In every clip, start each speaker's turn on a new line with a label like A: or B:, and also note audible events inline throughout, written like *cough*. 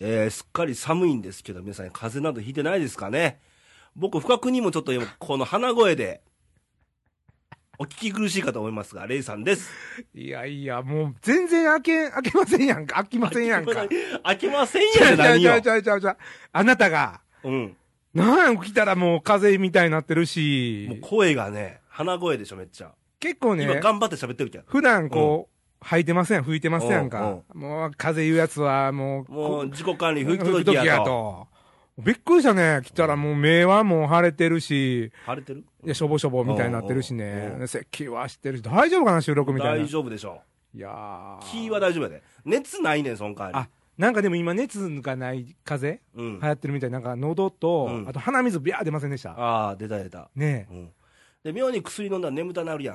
A: えー、すっかり寒いんですけど、皆さん風邪などひいてないですかね僕、不覚にもちょっと今この鼻声で、お聞き苦しいかと思いますが、レイさんです。
B: いやいや、もう全然開け、開けませんやんか。開きませんやんか。
A: 開けません
B: ちゃ
A: やん、
B: うちゃう
A: 何
B: ちゃ
A: よ
B: う。ちゃうちゃうちゃう。あなたが、
A: うん。
B: なん来たらもう風邪みたいになってる
A: もう
B: し、
A: 声がね、鼻声でしょ、めっちゃ。
B: 結構
A: 今
B: ね、
A: 頑張って喋ってるけど。
B: 普段こう、吐いてません、吹いてますやんか。もう風邪言うやつはもう、
A: もう
B: こ
A: 自己管理吹
B: 吹く
A: くと
B: とき
A: き
B: や
A: やと。
B: と。びっくりしたね。来たらもう目はもう腫れてるし、
A: 晴れてる
B: いやしょぼしょぼみたいになってるし
A: う
B: ね
A: んう。
B: 咳はしてるし、大丈夫かな、収録みたいな。
A: 大
B: い
A: 丈夫でしょ
B: やー
A: う。気は大丈夫やで。熱ないねん、そん代わり。
B: あ、なんかでも今熱がない風
A: うん
B: 流。行ってるみたい。なんか喉と
A: う、ん
B: あと鼻水ビャー出ませんでした。
A: ああ、出た出た。
B: ね
A: うん。で、妙に薬飲んだら眠たなるやん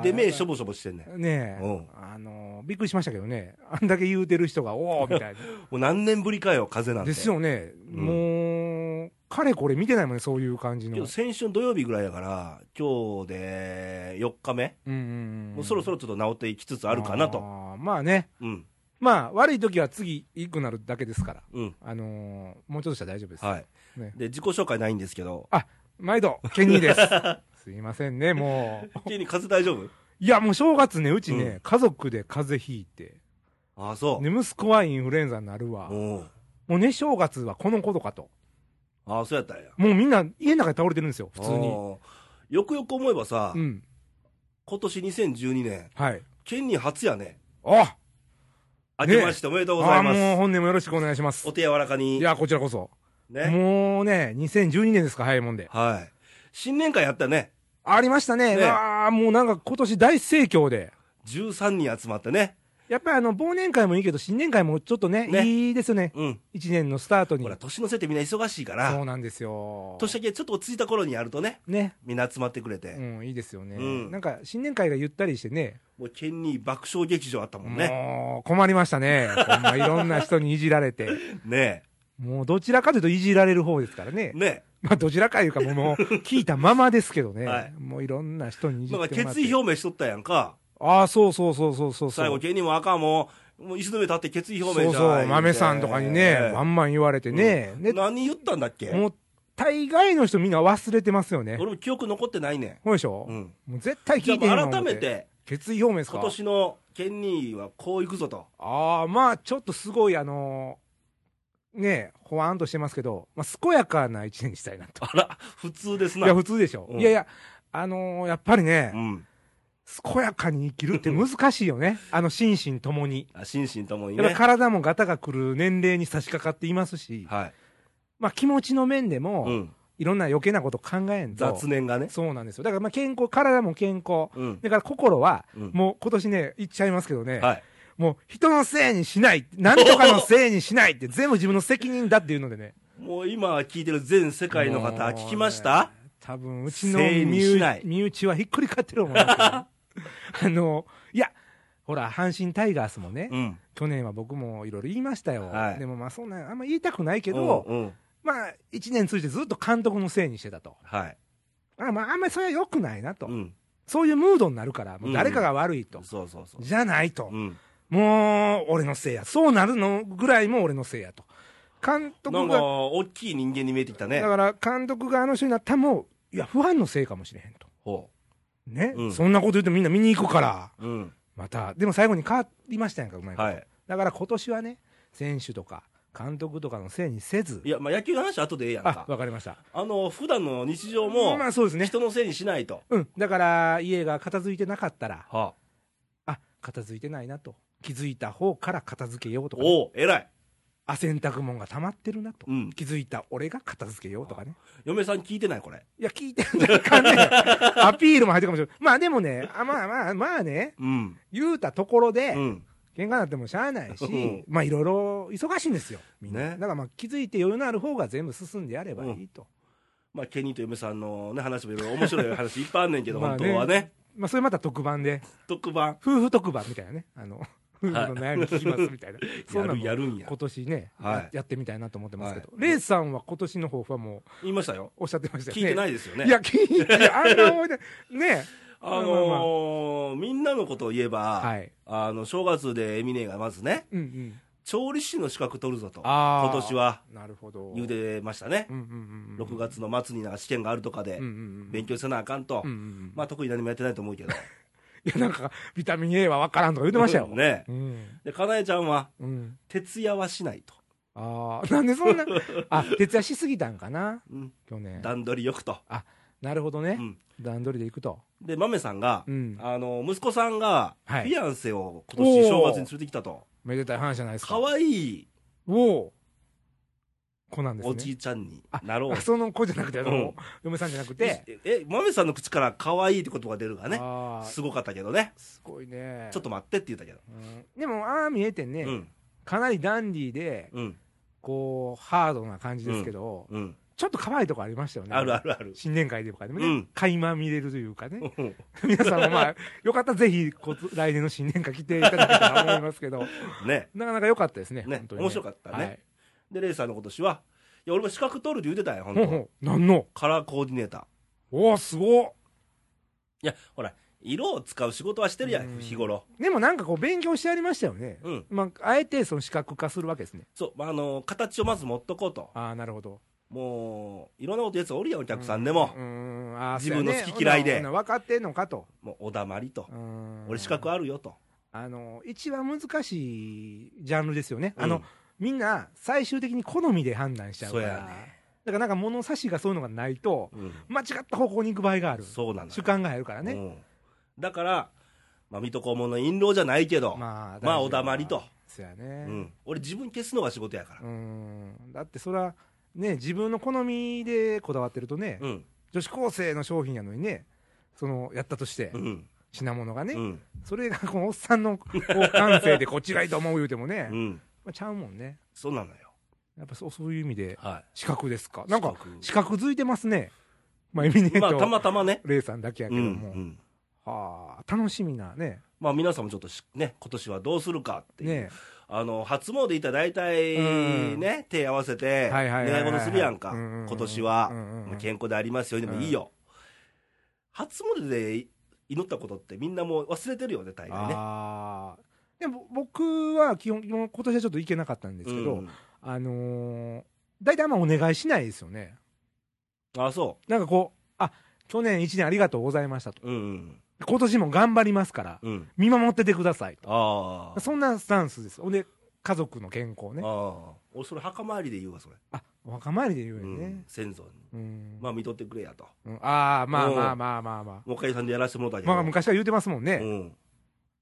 A: か
B: ー。
A: で、目しょぼしょぼしてんねん。
B: え。ね
A: う
B: え
A: ん。
B: あのー、びっくりしましたけどね。あんだけ言うてる人が、おーみ
A: *laughs*
B: たいな。
A: もう何年ぶりかよ、風邪なんて。
B: ですよね、
A: ん
B: もう、かれこれ見てないもんね、そういう感じの。
A: 今日先週の土曜日ぐらいやから、今日で4日目。
B: うんうんうん
A: もうそろそろちょっと治っていきつつあるかなと。
B: あーまあね、
A: うん。
B: まあ、悪い時は次、いくなるだけですから、
A: うん。
B: あのーもうちょっとしたら大丈夫です。
A: はい。
B: ね
A: で、自己紹介ないんですけ
B: *laughs*
A: ど。
B: あ毎度、ケニ
A: *laughs*
B: ーです。すいませんね、もう。
A: 急に風邪大丈夫
B: いや、もう正月ね、うちね、
A: う
B: 家族で風邪ひいて、
A: ああ、そう。
B: ね、息子はインフルエンザになるわ。
A: うん。
B: もうね、正月はこのことかと。
A: ああ、そうやったんや。
B: もうみんな家の中で倒れてるんですよ、普通
A: あ
B: に。
A: ー。よくよく思えばさ、
B: うん。
A: 今年2012年、
B: はい。
A: 県に初やね。
B: あ
A: 明
B: ね
A: けましておめでとうござ
B: あ
A: いま
B: ーもう
A: す。
B: 本年もよろしくお願いします
A: お。手柔らか
B: い
A: に。
B: や、こちらこそ。
A: ね。
B: もうね、2012年ですか、早いもんで。
A: はい。新年会やったね。
B: ありましたね。
A: ね
B: ああ、もうなんか今年大盛況で。
A: 13人集まってね。
B: やっぱりあの、忘年会もいいけど、新年会もちょっとね、
A: ね
B: いいですよね。
A: うん。
B: 一年のスタートに
A: ほ。ら、年の瀬ってみんな忙しいか
B: そう
A: ら、
B: なんですよ。
A: 年明けちょっと落ち着いた頃にやるとね、
B: ね。
A: みんな集まってくれ
B: う
A: て。
B: ん、いいですよね。
A: うん
B: なんか、新年会がゆったりしてね。
A: もう県に爆笑劇場あったもんね。
B: もう、困りましたね。ほんまいろんな人にいじられて。
A: ね
B: もう、どちらかというといじられる方ですからね
A: え。。ね
B: まあ、どちらかいうか、もう、もう聞いたままですけどね。
A: はい
B: もういろんな人にい
A: え。
B: じっ
A: な
B: て
A: ん
B: もら
A: か
B: って。
A: 決意表明しとったやんか。
B: ああ、そうそうそうそうそうそう。
A: 最後、県にも赤も、もう椅子の上立って決意表
B: そ
A: 明
B: う
A: じゃ
B: そう、豆さんとかにね、バ
A: あ
B: ンバン言われてね、で
A: 何言ったんだっけ
B: もう、大概の人みんな忘れてますよね。
A: 俺も記憶残ってないね
B: ほうでしょ
A: ん。うん。
B: もう絶対
A: じ
B: 聞
A: ゃあ
B: いてへん
A: も
B: わ
A: う改め。、
B: 思って決意表明ですか
A: 今年の県にはこういくぞと。
B: ああ、まあ、ちょっとすごい、あのーねえ、ほわんとしてますけど、まあ、健やかな一年にしたいなと。
A: あら、普通です
B: い
A: な。
B: や、普通でしょ。
A: うん
B: いやいや、あのーやっぱりね
A: う、ん。
B: 健やかに生きるって難しいよね。あの、心身ともに。
A: あ心身ともに
B: やっぱ
A: ね。
B: 体もガタが来る年齢に差し掛かっていますし、
A: はい。
B: まあ、気持ちの面でも、
A: うん。
B: いろんな余計なこと考えんと。
A: 雑念がね。
B: そうなんですよ。だからまあ健康、体も健康。
A: うん。
B: だから心は、
A: うん
B: もう今年ね、言っちゃいますけどね、
A: はい。
B: もう人のせいにしない、なんとかのせいにしないって全部自分の責任だっていうのでね。
A: もう今聞いてる全世界の方、
B: もうね
A: 聞きました
B: 多分、うちの
A: せいに
B: 身
A: しない
B: 内身内はひっくり返ってる思いますけどね
A: *laughs*
B: あの、いや、ほら、阪神タイガースもね、
A: うん。
B: 去年は僕もいろいろ言いましたよ。
A: はい
B: でもまあそんな、あんま言いたくないけど、
A: うんうん。
B: まあ一年通じてずっと監督のせいにしてたと。
A: はい。
B: あまああんまりそれは良くないなと。
A: うん。
B: そういうムードになるから、もう誰かが悪いと。
A: そうそうそう。
B: じゃないと。
A: うん。
B: もう、俺のせいや。そうなるのぐらいも俺のせいやと。監
A: な
B: 督
A: んか、
B: が、
A: 大きい人間に見えてきたね
B: だ。から監督があの人になったも、いや、不安のせいかもしれへんと。
A: ほ
B: ね、
A: うん
B: そんなこと言うとみんな見に行くから、
A: う。うん。
B: また、でも最後に変わりましたやんか、うまいこと。
A: はい。
B: だから今年はね、選手とか、監督とかのせいにせず
A: い、や、まあ野球の話は後でええやん
B: あ
A: か、。
B: わかりました。
A: あの、普段の日常も
B: ま、あそうですね。
A: 人のせいにしないと。
B: うん。だから、家が片付いてなかったら、
A: は
B: あ、片付いてないなと。気づいた方から片付けようとかね、
A: おお、偉い。
B: あ、洗濯物が溜まってるなと。
A: うん。
B: 気づいた俺が片付けようとかね。
A: 嫁さん聞いてないこれ。
B: いや、聞いてるかね。アピールも入ってるかもしれない。まあでもね、あまあまあまあね、
A: うん。
B: 言うたところで、
A: うん。
B: 喧嘩になってもしゃあないし、
A: うん
B: まあいろいろ忙しいんですよ。みんな。
A: ね
B: だからまあ気づいて余裕のある方が全部進んでやればいいと。
A: まあ、ケニーと嫁さんのね、話もいろいろ面白い話いっぱいあんねんけど、
B: *laughs* まあね
A: 本当はね。
B: まあそれまた特番で、
A: 特番。
B: 夫婦特番みたいなね。あの、夫婦の悩み聞きますみたいな。
A: *laughs*
B: そ
A: や
B: んなん
A: る、
B: も
A: やるんや。
B: 今年ね、
A: はい
B: ややってみたいなと思ってますけど、
A: は
B: レイさんは今年の抱負はも
A: 言いましたよ。
B: うおっしゃってましたよね。
A: 聞いてないですよね。
B: いや、聞いて、あんま思い出ない。ね
A: あのーみんなのことを言えば、
B: はい
A: あの、正月でエミネがまずね、
B: うんうん。
A: 調理師の資格取るぞと、
B: あー
A: 今年は
B: なるほど
A: 言うてましたね
B: う。んうんうんうん
A: 6月の末になんか試験があるとかで
B: うんう、ん
A: 勉強せなあかんと
B: うんう。んうん
A: まあ、特に何もやってないと思うけど。
B: いやなんかビタミン A は分からんとか言ってましたよ
A: *laughs* ね。
B: うん
A: で、かなえちゃんは、
B: うん
A: 徹夜はしないと。
B: ああ *laughs* なんでそんな
A: *laughs*
B: あ徹夜しすぎたんかな
A: うん
B: 去年
A: 段取りよくと。
B: なるほど
A: う
B: ね
A: ん
B: 段取りでいくと
A: で、豆さんが
B: う、ん
A: あの、息子さんが、フ
B: はい
A: ィアンセを今年正月に連れてきたと。
B: めでたい話じゃないですか
A: 可愛い
B: おお子なんですね
A: おじいちゃんになろう
B: あ *laughs* その子じゃなくて、あの
A: うん
B: 嫁さんじゃなくて、
A: でえ、まめさんの口から可愛いって言葉が出るからね。
B: あー
A: すごかったけどね。
B: すごいね
A: ちょっと、待ってって言ったけど。
B: うんでもああ見えてね、
A: うん。
B: かなりダンディーで
A: うん。
B: こうハードな感じですけど、
A: うん。
B: ちょっと可愛いとこありましたよね
A: あるあるあ *laughs* る。
B: 新年会とかでもね、
A: うん
B: 垣間見れるというかね
A: うん
B: *laughs* 皆さんもまあよかったらぜひこつ来年の新年会来ていただけたら思います
A: *laughs*
B: けど
A: ね。
B: なかなか良かったですね
A: ね
B: 本当に
A: 面白かったねで、レイさんの今年は、いや、俺も資格取るって言うてたんや、
B: は
A: 本
B: い、ほん
A: 当
B: ほんなんの
A: カラーコーディネーター。
B: おおすごっ
A: いや、ほら、色を使う仕事はしてるや
B: うん
A: ん、日頃。
B: でもなんかこう勉強してありましたよね、
A: うん。
B: まあ、あえてその視覚化するわけですね
A: そう、まああの、形をまず持っとこうと。
B: ああなるほど
A: もう、いろんなことやつおるやん、お客さんでも
B: う。んうんあー
A: 自分の
B: そうやね
A: 好き嫌いで
B: ほなほな分かってんのかと
A: もう、おだまりと。
B: うん
A: 俺資格あるよと。
B: あの一番難しいジャンルですよね、
A: うん
B: あのみんな最終的に好みで判断しちゃうか
A: そう
B: ら
A: やね。
B: だからなんか物差しがそういうのがないと
A: うん。
B: 間違った方向に行く場合がある
A: そうなのよ。
B: 主観が入るから
A: う
B: ね、
A: ん、だから、まあ、水戸黄門の印籠じゃないけど、
B: まあ
A: まあおだまりと
B: そうやね
A: うん、俺自分消すのが仕事やから、
B: うんだってそれはね自分の好みでこだわってるとね、
A: うん
B: 女子高生の商品やのにねそのやったとして、
A: うん
B: 品物がね、
A: うん
B: それがこのおっさんのこう感性でこっちがいいと思う言うてもね、
A: うん
B: まあ、ちゃうもんね
A: そうなのよ
B: やっぱそうそういう意味で
A: は
B: 資格ですか
A: い
B: なんか資
A: 資
B: 格づいてますねまあ意味ね
A: 格
B: え
A: まあ
B: と、
A: たまたまね
B: レイさんだけや
A: う
B: け
A: ん
B: ど
A: う
B: も、
A: ん
B: はあ楽しみなね
A: まあ皆さんもちょっとしね今年はどうするかっていう、
B: ね
A: あの初詣行ったら大体
B: うん
A: ね手合わせて
B: はいはいはいはい
A: 願い事するやんか
B: うんうんうん
A: 今年は、
B: うんうんうん
A: もう健康でありますようにでもいいよ、初詣で祈ったことってみんなもう忘れてるよね大概ね
B: ああでも僕は基本今年はちょっと行けなかったんですけど、
A: うん
B: あのー大体あんまお願いしないですよね
A: あそ
B: なんかこうあ去年1年ありがとうございましたと
A: ううん
B: 今年も頑張りますから
A: うんうん
B: 見守っててくださいと
A: ああ。
B: そんなスタンスですほんで家族の健康ね
A: ああ。俺、それ墓参りで言うわ、それ。
B: あお墓参りで言うよ
A: う
B: ね
A: ん先祖に。
B: うん
A: まあ、見とってくれやと。
B: うんああまあまあまあまあまあ
A: もう一回さんでやらせてもらったけど。
B: まあ昔から言うてますもんね、
A: うん。だか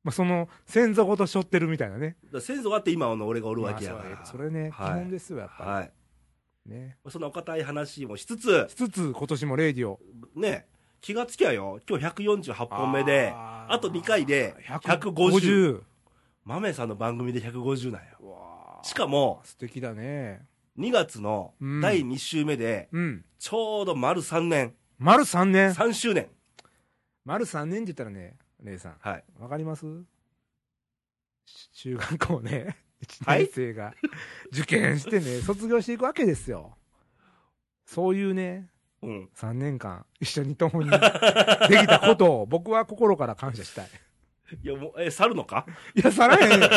B: まあ、その先祖ごとしょってるみたいなね
A: ら先祖があって今の俺がおるわけやか
B: まあ
A: ら。
B: そうやそれね、
A: はい
B: 基本ですよやっぱり、
A: はい。
B: ね
A: そんなお堅い話もしつつ
B: し、つつ今年もレイディオ
A: ね、気がつきゃよ、今日148本目で、
B: あー
A: あと2回で150。
B: 150
A: マメさんの番組で150なんよ。
B: うわー
A: しかも、
B: 素敵だね
A: 2月の
B: うん
A: 第2週目で、
B: うん
A: ちょうど丸3年、
B: 丸3年
A: 3周年。
B: 丸3年って言ったらねレイさん
A: はい。
B: わかりますし中学校ね、
A: *laughs*
B: 1
A: はい
B: 年生が受験してね、卒業していくわけですよ。そういうね、
A: うん。
B: 3年間、一緒に共
A: *laughs*
B: にできたことを僕は心から感謝したい。
A: いや、もう、え、去るのか
B: いや、さらへんよ。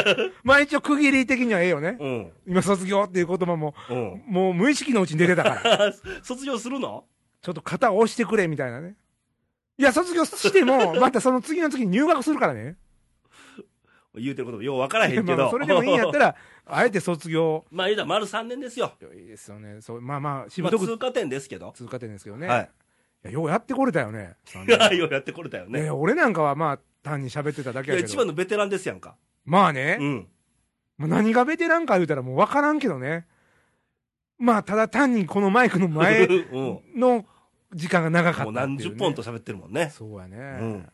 B: まあ一応区切り的にはええよね。
A: うん。
B: 今卒業っていう言葉も、
A: うん。
B: もう無意識のうちに出て
A: *laughs*
B: たから。
A: 卒業するの
B: ちょっと肩を押してくれみたいなね。いや、卒業しても、またその次の次に入学するからね。
A: 言うてることもよう分から
B: い
A: へ
B: や
A: んけ
B: *laughs* まあ
A: ど。
B: それでもいいんやった
A: ら。 *laughs*
B: ら、あえて卒業
A: まあ言うたら丸3年ですよ。
B: いいですよね。そう、まあまあ、し
A: ま
B: ぶ
A: あ
B: とく
A: 通過点ですけど。
B: 通過点ですけどね。
A: はい
B: や、ようやってこれたよね。三
A: い。や、
B: 年
A: *laughs* ようやってこれたよ
B: いやい
A: ね。
B: や俺なんかはまあ、単に喋ってただ
A: い
B: け
A: や、
B: やけ
A: 一番
B: ど。
A: のベテランですやんか。
B: まあね
A: う、ん。
B: もう何がベテランか言うたらもう分からんけどね。まあ、ただ単にこのマイクの前
A: *laughs* うん。も
B: の時間が長かった
A: う
B: っていうね
A: 何十本と。喋ってるもん
B: *laughs*
A: ね。
B: そうやね。
A: ん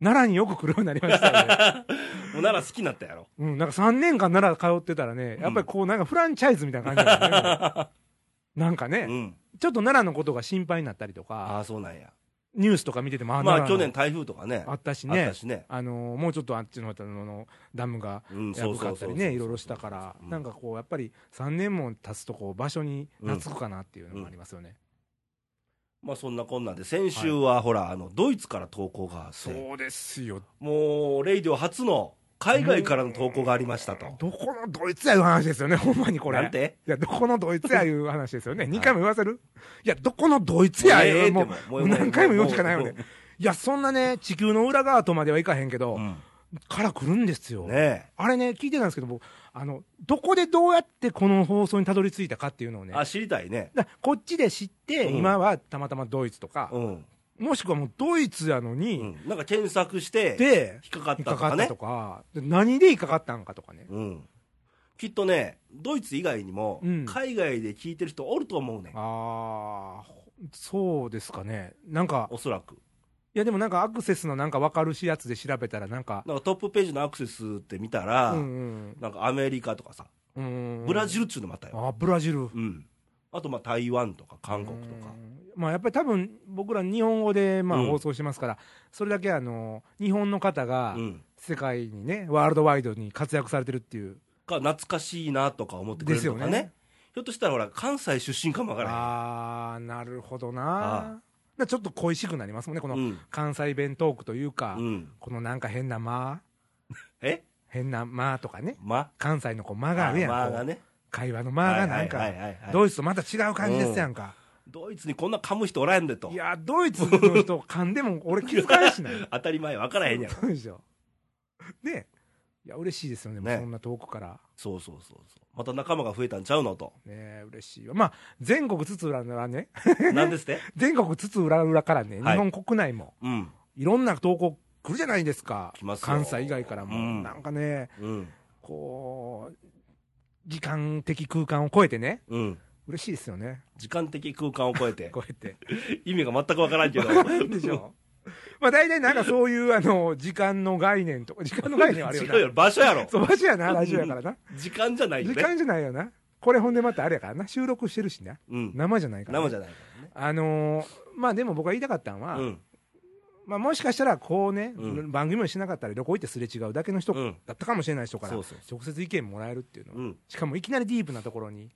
B: 奈良によく来るようになりましたよ
A: *laughs*
B: ね。
A: もうなら好きになったやろ。
B: うん、なんか3年間奈良通ってたらね、やっぱりこうなんかフランチャイズみたいな感じだよ
A: *laughs*
B: ね。なんか
A: う
B: ね、
A: ん。
B: ちょっと奈良のことが心配になったりと
A: あ
B: か、
A: あ、そうなんや。
B: ニュースとか見てても、
A: まあ
B: 奈
A: 去
B: 良の
A: 年台風とかね。
B: あったし
A: あっ
B: ね
A: た、しね。
B: あのーもうちょっとあっちの方のダムが
A: うん、
B: や
A: そう
B: ぶ
A: そ
B: か
A: う
B: っ
A: そ
B: た
A: う。
B: りね、いろいろしたから、
A: うん
B: なんかこう、やっぱり3年も経つとこう、場所に懐くかなっていうのもありますよね。
A: まあそんなこんなんで、先週はほら、あの、ドイツから投稿があって、
B: そうですよ、
A: もう、レイディオ初の海外からの投稿がありましたと。
B: どこのドイツやいう話ですよね、ほんまにこれ。
A: なんて
B: いや、どこのドイツやいう話ですよね。2回も言わせるいや、どこのドイツや
A: ええ
B: い
A: って
B: う、もう、
A: もうも
B: もう
A: う
B: 何回も言うしかないよね
A: もう。
B: いや、そんなね、地球の裏側とまではいかへんけど、
A: うん
B: から来るんですよ。
A: ね
B: あれね、聞いてたんですけど、僕、あの、どこでどうやってこの放送にたどり着いたかっていうのを
A: え
B: ね、
A: あ、知りたいね。
B: だこっちで知って、
A: うん
B: 今はたまたまドイツとか、
A: うん。
B: もしくはもうドイツやのに、
A: うんなんか検索して、
B: で、
A: 引っかかっ
B: 引った
A: と
B: かか
A: か
B: った
A: ね
B: と。か、で何で引っかかったんかとかね。
A: うん。きっとね、ドイツ以外にも
B: うん、
A: 海外で聞いてる人おると思うねん。
B: ああ、そうですかね。なんか、
A: おそらく。
B: いやでもなんかアクセスのなんか分かるしやつで調べたらなんか、
A: なんかトップページのアクセスって見た
B: う
A: ら、
B: ん
A: なんかアメリカとかさ、
B: うんうん。
A: ブラ
B: ル
A: ジルっちゅうのもあったよ。
B: あーブラジル。
A: うん。あと、まあ、台湾とか韓国とか
B: う。ん。まあやっぱり多分僕ら日本語でまあ
A: うん
B: 放送してますから、それだけあの、日本の方が
A: うん。
B: 世界にね、ワールドワイドに活躍されてるっていう。
A: か、懐かしいなとか思ってくれるとか
B: ですよね
A: ね。ひょっとしたら、ほら、関西出身かもわから
B: ああ、なるほど
A: あ
B: な。なちょっと恋しくなりますもんね、こ
A: へん。
B: の
A: うん。
B: 関西弁トークというか、
A: うん。
B: このなんか変な間、
A: え
B: 変な間とかね、
A: ま
B: 関西のこう間があるやん、
A: まあ
B: こう
A: がね。
B: 会話の間がなん
A: はい
B: か
A: はい、はいはい
B: ドイツとまた違う感じですやんか。
A: ドイツにこんな噛む人おらへんでと
B: い。や、ドイツの人噛んでも俺気づかないしない。
A: 当たり前分からへんやろ。
B: そうですよ。ねいや、嬉しいですよね、
A: ね
B: そんな遠くから。
A: そうそうそうそう。また仲間が増えたんちゃうのと。
B: ね嬉しいわ。まあ、全国津々浦々ね、 *laughs*
A: なんですって
B: 全国津々浦々からね、日
A: はい
B: 本国内も、
A: うん。
B: いろんな投稿来るじゃないですか。
A: 来ますよ
B: 関西以外からも。
A: うん
B: なんかね、
A: うん。
B: こう、時間的空間を超えてね、
A: うん。
B: 嬉しいですよね。
A: 時間的空間を超えて。
B: 超えて。
A: 意味が全く分からんけど。
B: でし
A: *laughs*
B: ょまあ大体なんかそういうあの、時間の概念とか、時間の概念はあるよ
A: *laughs*
B: な
A: 違う。よ、場所やろ。
B: そう、場所やな、ラジオやからな。
A: 時間じゃないよ
B: 時
A: ね。
B: 間じゃないよな。これほんでまたあれやからな、収録してるしな。
A: うん。
B: 生じゃないから、
A: 生じ
B: ゃ
A: ゃないからね。
B: あのーまあでも僕が言いたかったのは、
A: うん。
B: まあもしかしたらこうね、
A: うん
B: 番組もしなかったら旅行行ってすれ違うだけの人
A: うん
B: だったかもしれない人から、
A: そうそう
B: 直接意見もらえるっていうのは、
A: うん。 *laughs*
B: しかもいきなりディープなところに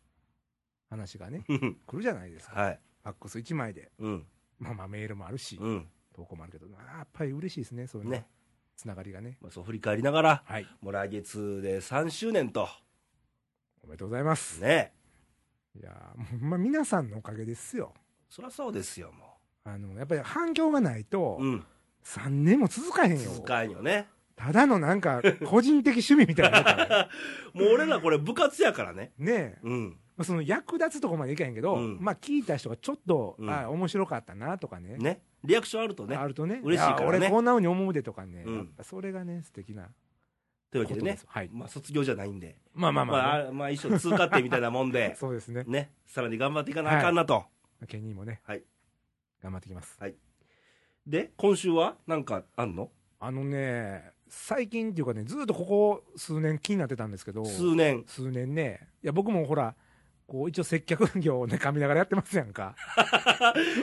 B: 話がね、
A: うん
B: 来るじゃないですか。
A: はい。
B: ファックス1枚で。
A: うん。
B: まあまあメールもあるし、
A: うん。
B: 投稿もあるけど、やっぱり嬉しいですね、そういうの
A: ね。
B: つながりがね。
A: まあ、そう振り返りながら、
B: はい。
A: もう来月で3周年と。
B: おめでとうございます。
A: ね。
B: いやーもうほんま皆さんのおかげですよ。
A: そりゃそうですよ、も
B: あの、やっぱり反響がないと
A: う。、うん。
B: 3年も続かへんよ。
A: 続かんよね。
B: ただのな
A: *laughs*
B: んか、個人的趣味みたいなやつやから。
A: もう俺らこれ部活やからね。
B: ねえ。
A: うん。
B: まあその役立つとこまでいかへんけど、
A: うん
B: まあ聞いた人がちょっと、
A: うん
B: あ面白かったなとかね。
A: ね。リアクションあるとね。
B: あるとね。
A: 嬉しいからね
B: や俺こんな風に思うでとかね。
A: うん
B: やっぱそれがね、素敵な
A: というわ
B: こ
A: け
B: と
A: で
B: で
A: ね
B: す。。はい。
A: まあ、卒業じゃないんで。
B: まあまあまあね、
A: まあ、まあ、一緒通過点みたいなもんで、
B: そうですね。
A: ね。さらに頑張っていかなあかんなと。
B: ケニーもね。
A: はい
B: 頑張ってきます。
A: で、今週はなんかあんの
B: あのね、最近っていうかね、ずっとここ数年気になってたんですけど。
A: 数年。
B: 数年ね、いや、僕もほら、こう一応接客業をね、噛みながらやってますや
A: *laughs*
B: んか。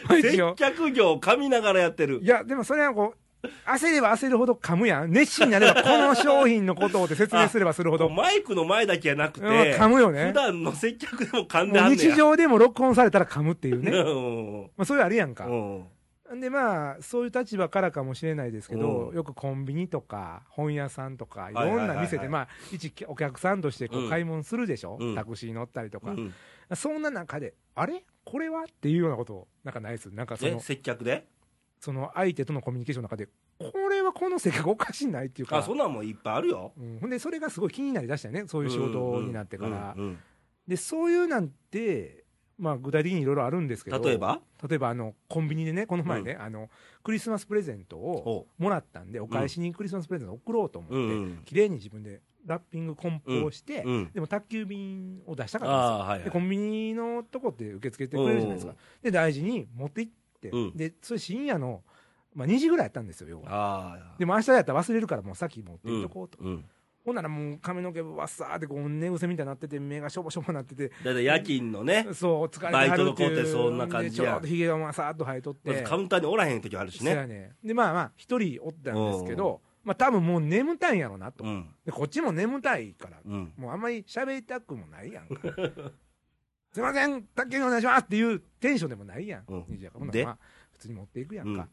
B: まあ一
A: 接
B: 応
A: 客業を噛みながらやってる
B: い。や、でもそれはこう、焦れば焦るほど噛むやん。熱心になれば、この商品のことをって説明すればする
A: *laughs*
B: ほど、うん
A: マイクの前だけじゃなくて、
B: 噛むよね
A: 普。段の接客でも噛んで
B: も
A: は
B: うん
A: ね
B: 日
A: や。
B: 常でも録音されたら噛むっていうね。
A: うん
B: まあ、そういうあれやんか。
A: うん
B: んでまあ、そういう立場からかもしれないですけど、
A: うん
B: よくコンビニとか、本屋さんとか、い
A: はいはい
B: ろ
A: は
B: ん
A: いはい
B: な店で、まあ、一お客さんとしてこ
A: う
B: うん買い物するでしょ、
A: うん
B: タクシー乗ったりと
A: う
B: か。
A: ん。
B: そんな中で、あれこれはっていうようなこと、なんかないです。なんかそ
A: え、
B: の、
A: 接客で
B: その相手とのコミュニケーションの中で、これはこの性格おかしいないっていうか、
A: あ、そんなんもいっぱいあるよ。
B: うん、ほんで、それがすごい気になりだしたよね、そういう仕事になってから。
A: うんうん
B: で、そういうなんて、まあ、具体的にいろいろあるんですけ
A: う
B: ど、
A: ん例えば
B: 例えばあのコンビニでね、この前ね、あのクリスマスプレゼントを
A: お
B: もらったんで、お返しにクリスマスプレゼントを送ろうと思って、
A: うんうん
B: 綺麗に自分でラッピング、梱包して、
A: うん
B: でも宅急便を出したかったんですよ。
A: ああー、はいはい
B: でコンビニのとこって受け付けてくれるじゃないですか、で大事に持って行って、
A: うん
B: でそれ深夜の、まあ、2時ぐらいやったんですよ、要は。
A: ああ。
B: でも明日やったら忘れるから、もうさっき持って行っとこうと、
A: うん。
B: ほんならもう髪の毛、わっさーってこう寝癖みたいになってて、目がしょぼしょぼな
A: *laughs*
B: ってて、
A: だいたい夜勤のね、
B: そう、疲れてはるって
A: バ
B: いう
A: イトの子ってそんな感じや
B: でちょうどひげがまさーっと生えとって、
A: まずカウンターにおらへん時あるし
B: そ
A: ね。
B: やねで、まあまあ、一人おったんですけど、まあ多分もう眠たいんやろなと、
A: うん。
B: でこっちも眠たいから、
A: うん。
B: もうあんまり喋りたくもないやんか。 *laughs* すいません、宅急便お願いしますっていうテンションでもないやん。
A: うん
B: じゃあほんなら
A: で
B: まあ、普通に持っていくやんか。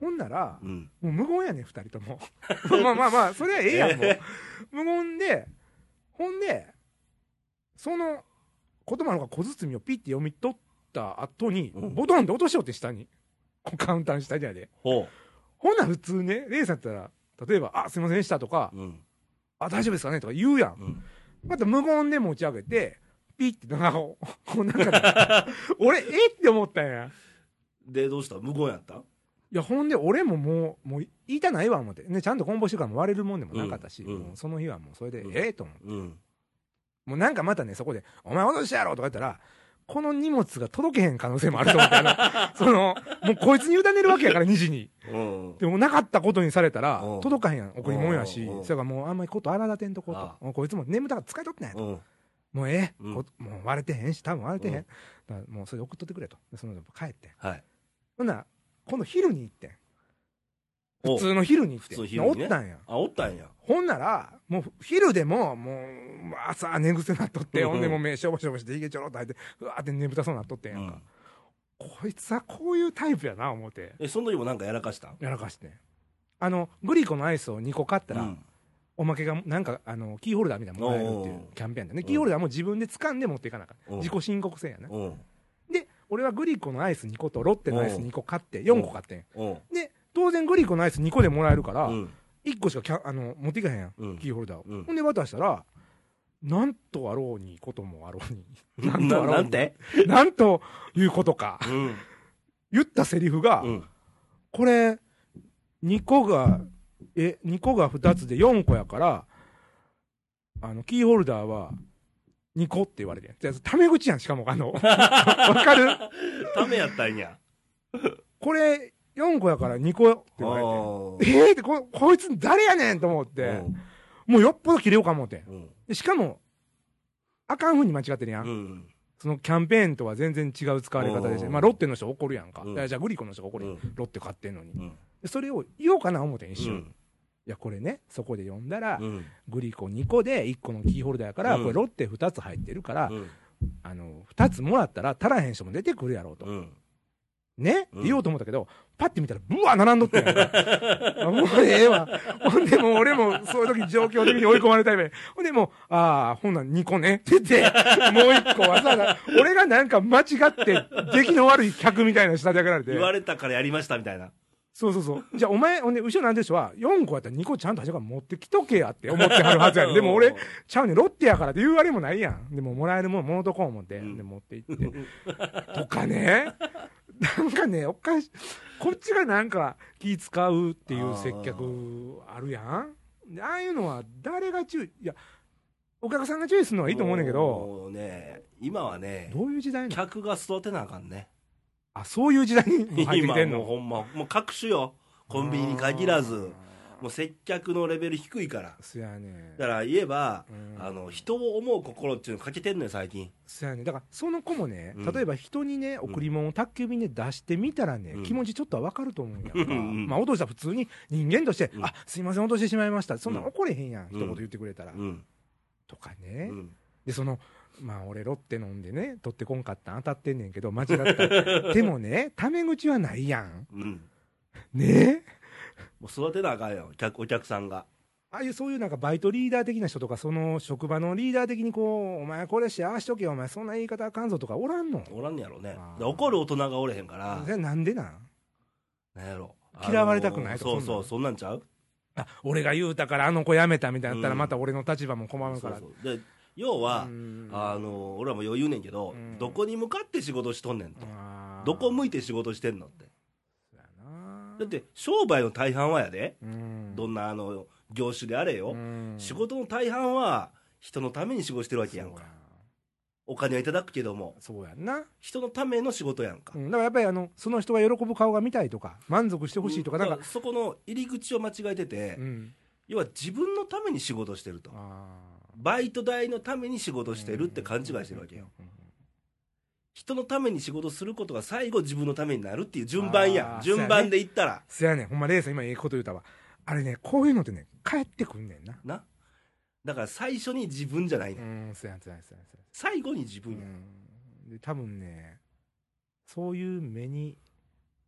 B: ほんなら、
A: うん。
B: もう無言やね二人と
A: *laughs*
B: もまあまあまあそれはええやんもう無言でほんでその言葉の方が小包をピッて読み取った後に、
A: うん
B: ボトンって落としよって下にこうカウンターの下にやで
A: ほ
B: ほんなら普通ねレイさんだったら例えば「あすいませんでした」とか
A: う。うん。
B: 「あ大丈夫ですかね」とか言うやん
A: うん。
B: また無言で持ち上げてピッてなんかこうこうなん *laughs* か俺えって思ったんや
A: で、どうした無言やった
B: いやほんで俺ももうもう言いたないわ思って、ね、ちゃんと梱包してからも割れるもんでもなかったし、
A: うんうん
B: もうその日はもうそれで、
A: うん
B: ええと思って
A: うん。
B: もうなんかまたねそこで「お前落としたやろ!」とか言ったらこの荷物が届けへん可能性もあると思ってあ *laughs* のそのもうこいつに委ねるわけやから2時に
A: うん。
B: でもなかったことにされたら
A: うん
B: 届かへんやん贈り物やし
A: うんうんうん
B: それからもうあんまりこと荒立てんとこ
A: あ
B: うとこいつも眠たから使い取ってないと
A: うん。
B: もうええ、
A: うん
B: こもう割れてへんし多分割れてへん、
A: うん
B: だからもうそれ送っとってくれとでその帰ってん
A: はい。
B: ほんなら今度昼に行ってん
A: お
B: 普通の昼に行って
A: 普通の昼
B: ん、お
A: にね
B: ったんや
A: あ、おったんや。
B: ほんならもう昼でももう朝寝癖なっとって、
A: うんうん
B: ほんでもう目しょぼしょぼしてひげちょろっと入ってうわーって眠たそうなっとってん
A: う
B: やんか、
A: ん。
B: こいつはこういうタイプやな思って
A: え、その時もなんかやらかしたん
B: やらかしてんあのグリコのアイスを2個買ったら、
A: うん
B: おまけがなんかあのキーホルダーみたいなのもらえるっていう
A: おう
B: キャンペーンだね
A: うん
B: キーホルダーも自分で掴んで持っていかなあか
A: うん
B: ん自己申告制やな
A: うん。
B: で、俺はグリコのアイス2個とロッテのアイス2個買って、4個買ってん。
A: うん。
B: で、当然グリコのアイス2個でもらえるから、
A: うん。
B: 1個しかキャあの持っていかへんやん、
A: うん
B: キーホルダーを。
A: うん
B: ほんで渡したら、なんとあろうにこともあろうに。
A: *laughs* な
B: とあろ
A: な
B: うに
A: んて
B: なんということか。
A: うん。
B: 言ったセリフが、
A: うん。
B: これ、2個が、え、2個が2つで4個やから、あの、キーホルダーは、2個って言われてん。じゃあタメ口やん、しかも、
A: *laughs*
B: あの、わかる
A: ためやったんや。
B: これ4個やから2個って言われ
A: あ
B: て。えーってこ、こいつ誰やねんと思って、もうよっぽど切れようか思って。
A: うん。うん
B: でしかも、あかんふうに間違ってるやん。
A: うん。
B: そのキャンペーンとは全然違う使われ方で
A: う
B: して、
A: ん
B: まあロッテの人怒るやんか。
A: うん
B: いやじゃあグリコの人が怒るやん。
A: うん
B: ロッテ買ってんのに。
A: うん。
B: でそれを言おうかな思ってん、一
A: う
B: 瞬。い
A: ん
B: や、これね、そこで読んだら、
A: うん。
B: グリコ2個で1個のキーホルダーやから、
A: うん
B: これロッテ2つ入ってるから、
A: うん
B: あの、2つもらったら足らへん人も出てくるやろうと。
A: うん。
B: ねって
A: うん
B: 言おうと思ったけど、パッて見たら、ブワー並んどっ
A: *laughs*
B: たやんかあもうええわ。ほんで、もう俺もそういう時状況的に追い込まれたいめ。ほんで、もう、ああ、ほんなん2個ね。って言って、もう1個わざわざ、俺がなんか間違って、出来の悪い客みたいなの仕立て上げられ
A: 言わ
B: て。
A: れたからやりましたみたいな。
B: そうそうそう。じゃあ、お前、ほんで、後ろなんでしょは、4個やったら2個ちゃんと端から持ってきとけやって思ってはるはずやん。でも俺、ちゃうねんロッテやからって言うあれもないやん。でも、もらえるもん、ものとこう思って、
A: うん
B: で、持って行って。 *laughs* とかね。 *laughs* なんかね、おかし、こっちがなんか気使うっていう接客あるやん。でああいうのは誰が注意、いや、お客さんが注意するのはいいと思うねんけど、
A: もうね、今はね、
B: どういう時代なの
A: 客が育てなあかんね。
B: あ、そういう時代に入ってき
A: 今
B: てん
A: もう
B: の
A: ほんま、もう各種よ。コンビニに限らず、もう接客のレベル低いから。
B: そやね
A: だから言えば、
B: うん
A: あの、人を思う心っていうのかけてんのよ、最近。
B: そやねだからその子もね、
A: うん
B: 例えば人にね贈り物を宅急便で出してみたらね、
A: うん
B: 気持ちちょっとは分かると思うんやんか、
A: うん
B: まあ落としたら普通に人間として、
A: うん
B: あすいません落としてしまいましたそんなん怒れへんやん、
A: うん
B: 一言言ってくれたら、
A: うん。
B: とか
A: う
B: ね、
A: ん
B: でそのまあ俺ロッテ飲んでね取ってこんかったん当たってんねんけど間違ったっ
A: *laughs*
B: てでもねタメ口はないやん
A: うん。
B: ねえ
A: もう育てなあかんよ、客お客さんが。
B: ああいうそういうなんかバイトリーダー的な人とかその職場のリーダー的にこうお前これしああしとけよお前そんな言い方あかんぞとかおらんの
A: おらんねやろね
B: あ。ー
A: で怒る大人がおれへんから
B: そ、れなんでなん
A: なんやろ。
B: 嫌われたくないとか
A: そう
B: そん
A: そ
B: な
A: う、
B: の
A: そんなんちゃう
B: あ俺が言うたからあの子辞めたみたいになったら
A: うん
B: また俺の立場も困
A: そ
B: る
A: う
B: から、
A: そうで、要は
B: う、ん
A: あの俺らも余裕ねんけど、
B: うん
A: どこに向かって仕事しとんねんと、
B: あー
A: どこ向いて仕事してんのって、
B: そうやな
A: だって商売の大半はやで、
B: うん
A: どんなあの業種であれよ、
B: うん
A: 仕事の大半は人のために仕事してるわけやんか、お金はいただくけども、
B: そうやんな
A: 人のための仕事やんか
B: う、ん、だからやっぱりあのその人が喜ぶ顔が見たいとか満足してほしいとかなん
A: だ
B: か
A: から、そこの入り口を間違えてて、
B: うん、
A: 要は自分のために仕事してると、
B: あ
A: バイト代のために仕事
B: ー
A: してるって勘違いしてるわけよ、。
B: うんうん
A: 人のために仕事することが最後、自分のためになるっていう順番や
B: あー
A: ん、順番でいったら。
B: せやねんほんまレイさん今ええこと言うたわあれねこういうのってね帰ってくんねんな
A: なだから最初に自分じゃないうね、ん、
B: んせやせやせやせや
A: 最後に自
B: う
A: 分や、
B: んで多分ねそういう目に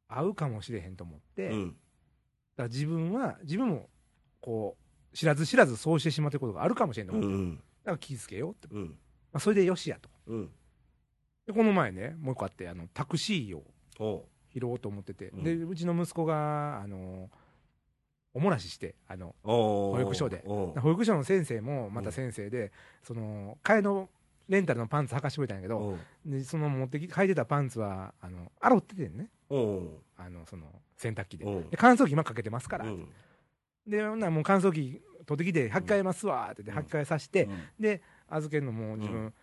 B: 合うかもしれへんと思って、
A: うん
B: ら自分は、自分も、こう、知らず知らずそうしてしまってることがあるかもしれんと
A: う
B: 思って、
A: ん。
B: だから気ぃつけようって。
A: うん。
B: まあ、それでよしやと。
A: うん。
B: で、この前ね、もう一個あって、あの、タクシーを
A: ほ
B: 拾おうと思ってて、
A: うん
B: で、うちの息子が、あの、おもらしして、あの、
A: う。お
B: 保育所で
A: おう
B: 保育所の先生もまた先生で、その替えのレンタルのパンツ履かしてくれたんやけど、
A: おう。
B: でその持ってき履いてたパンツはあの洗っててんね
A: おう。
B: あのその洗濯機で
A: うん
B: で乾燥機今かけてますから、
A: うん。
B: でほんならもう乾燥機取ってきて履き替えますわって言って
A: うん
B: 履き替えさせて、
A: うん
B: で預けるのも自
A: う
B: 分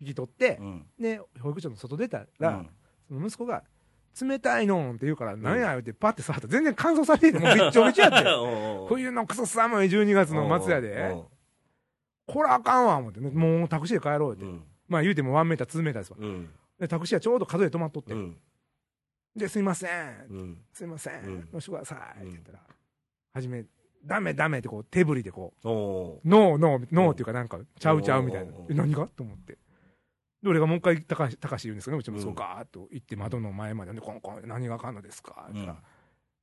B: 引き取って
A: う、ん。
B: で保育所の外出たら、その息子が「冷たいのん」って言うから「何や」ってパッて触ったら全然乾燥されててもうびっちょびちょやって
A: *laughs* おう。
B: 冬のクソ寒い12月の末やで。
A: お
B: これあかんわ、思ってね。もうタクシーで帰ろうっ
A: う。
B: て。
A: うん。
B: まあ言うても1メーター、2メーターですわ。
A: うん。
B: で、タクシーはちょうど角で止まっとって。
A: うん。
B: で、すいません。
A: うん。
B: すいません。
A: うん
B: 乗してください。って言ったら、はじめ、ダメダメってこう手振りでこ
A: おお。
B: う、ノーノー、ノーっていうかなんか、ちゃうちゃうみたいな
A: おうおうおう。
B: え、何がと思って。で、俺がもう一回、高橋、高橋言うんですけど、うちもそううんガーッと行って窓の前まで、でコンコン、何があかんのですかって言った
A: うん
B: ら、